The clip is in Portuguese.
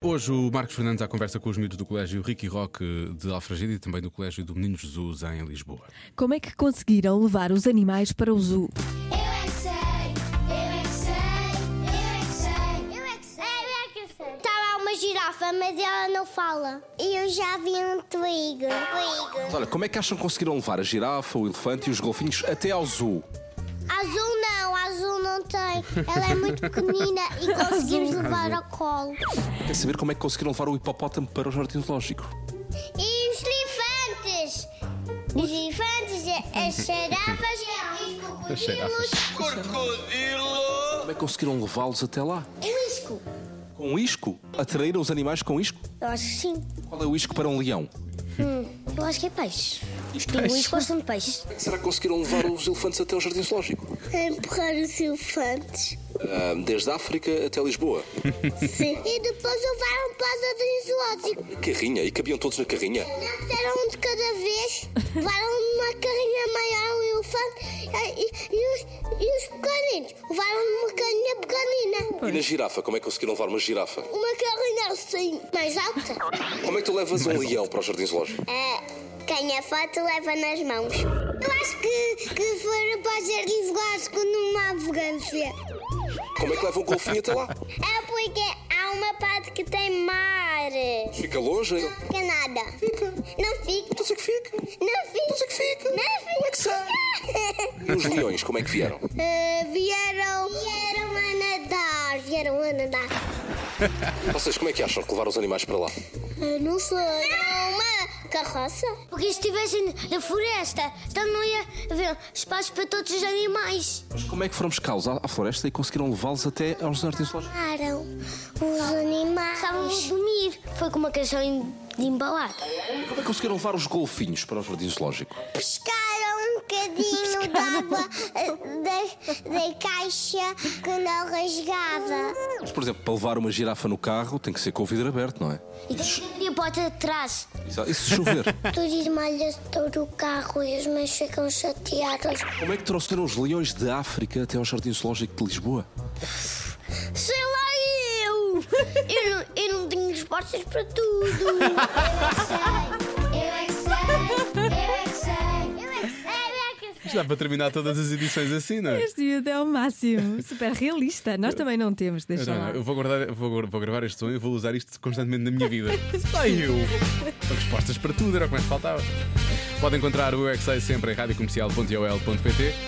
Hoje o Marcos Fernandes à conversa com os miúdos do Colégio Ricky Rock de Alfragide e também do Colégio do Menino Jesus em Lisboa. Como é que conseguiram levar os animais para o zoo? Eu é que sei, eu é que sei, eu é que sei, eu é que sei, eu é que sei, eu é que sei. Está lá uma girafa, mas ela não fala. Eu já vi um twigo. Twigo. Olha, como é que acham que conseguiram levar a girafa, o elefante e os golfinhos até ao zoo? Azul não, azul não tem. Ela é muito pequenina e conseguimos levar ao colo. Quer saber como é que conseguiram levar o hipopótamo para o jardim zoológico? E os elefantes? Os elefantes, as girafas e os crocodilos. Como é que conseguiram levá-los até lá? Um isco. Com isco? Atraíram os animais com isco? Eu acho que sim. Qual é o isco para um leão? Eu acho que é peixe. Os pinguins gostam de peixe. Será é que conseguiram levar os elefantes até o jardim zoológico? É Empurrar os elefantes. Ah, desde a África até Lisboa. E depois um levaram para o jardim zoológico. Carrinha, e cabiam todos na carrinha? Nasceram um de cada vez, levaram uma carrinha maior, um elefante e, e- e os, e os pequeninos. Levaram uma carrinha pequenina. E na girafa, como é que conseguiram levar uma girafa? Uma carrinha assim, mais alta. Como é que tu levas um leão para o jardim zoológico? É, quem é foto leva nas mãos. Eu acho que, que foram para o jardim zoológico numa arrogância. Como é que leva um golfinho até lá? É porque há uma parte que tem mar. Fica longe? Fica nada. Não fica. Então sei que fica. Não fica. Não fica. Não fica. E os leões, como é que vieram? Eh, vieram. Vieram a nadar, vieram a nadar. Vocês, como é que acham que levaram os animais para lá? não sei. Uma carroça? Porque se estivessem na floresta, então não ia haver espaço para todos os animais. Mas como é que foram buscá-los à, à floresta e conseguiram levá-los até aos jardim zoológico? Param os animais. Estavam a dormir. Foi com uma canção em- de embalar. Como é que conseguiram levar os golfinhos para o jardim zoológico? Pescaram um bocadinho de água eh, da, da caixa que não rasgava. Mas, por exemplo, para levar uma girafa no carro tem que ser com o vidro aberto, não é? E depois abrir a porta de trás. Exato. E se chover? Todos malhas todo o carro e os meus ficam chateados. como é que trouxeram os leões da África até ao jardim zoológico de Lisboa? Sei lá eu! Eu não, eu não tenho respostas para tudo. Eu é que sei, eu é que sei, eu é que sei, eu é que sei. Dá para terminar todas as edições assim, não é? Este miúdo é o máximo, super realista. Nós também não temos, deixa Não, não, lá. Então, eu vou, guardar, vou, gra- vou gravar este som e vou usar isto constantemente na minha vida. Só eu! Respostas para tudo, era o que mais faltava. Pode encontrar o UXA sempre em radiocomercial.ol.pt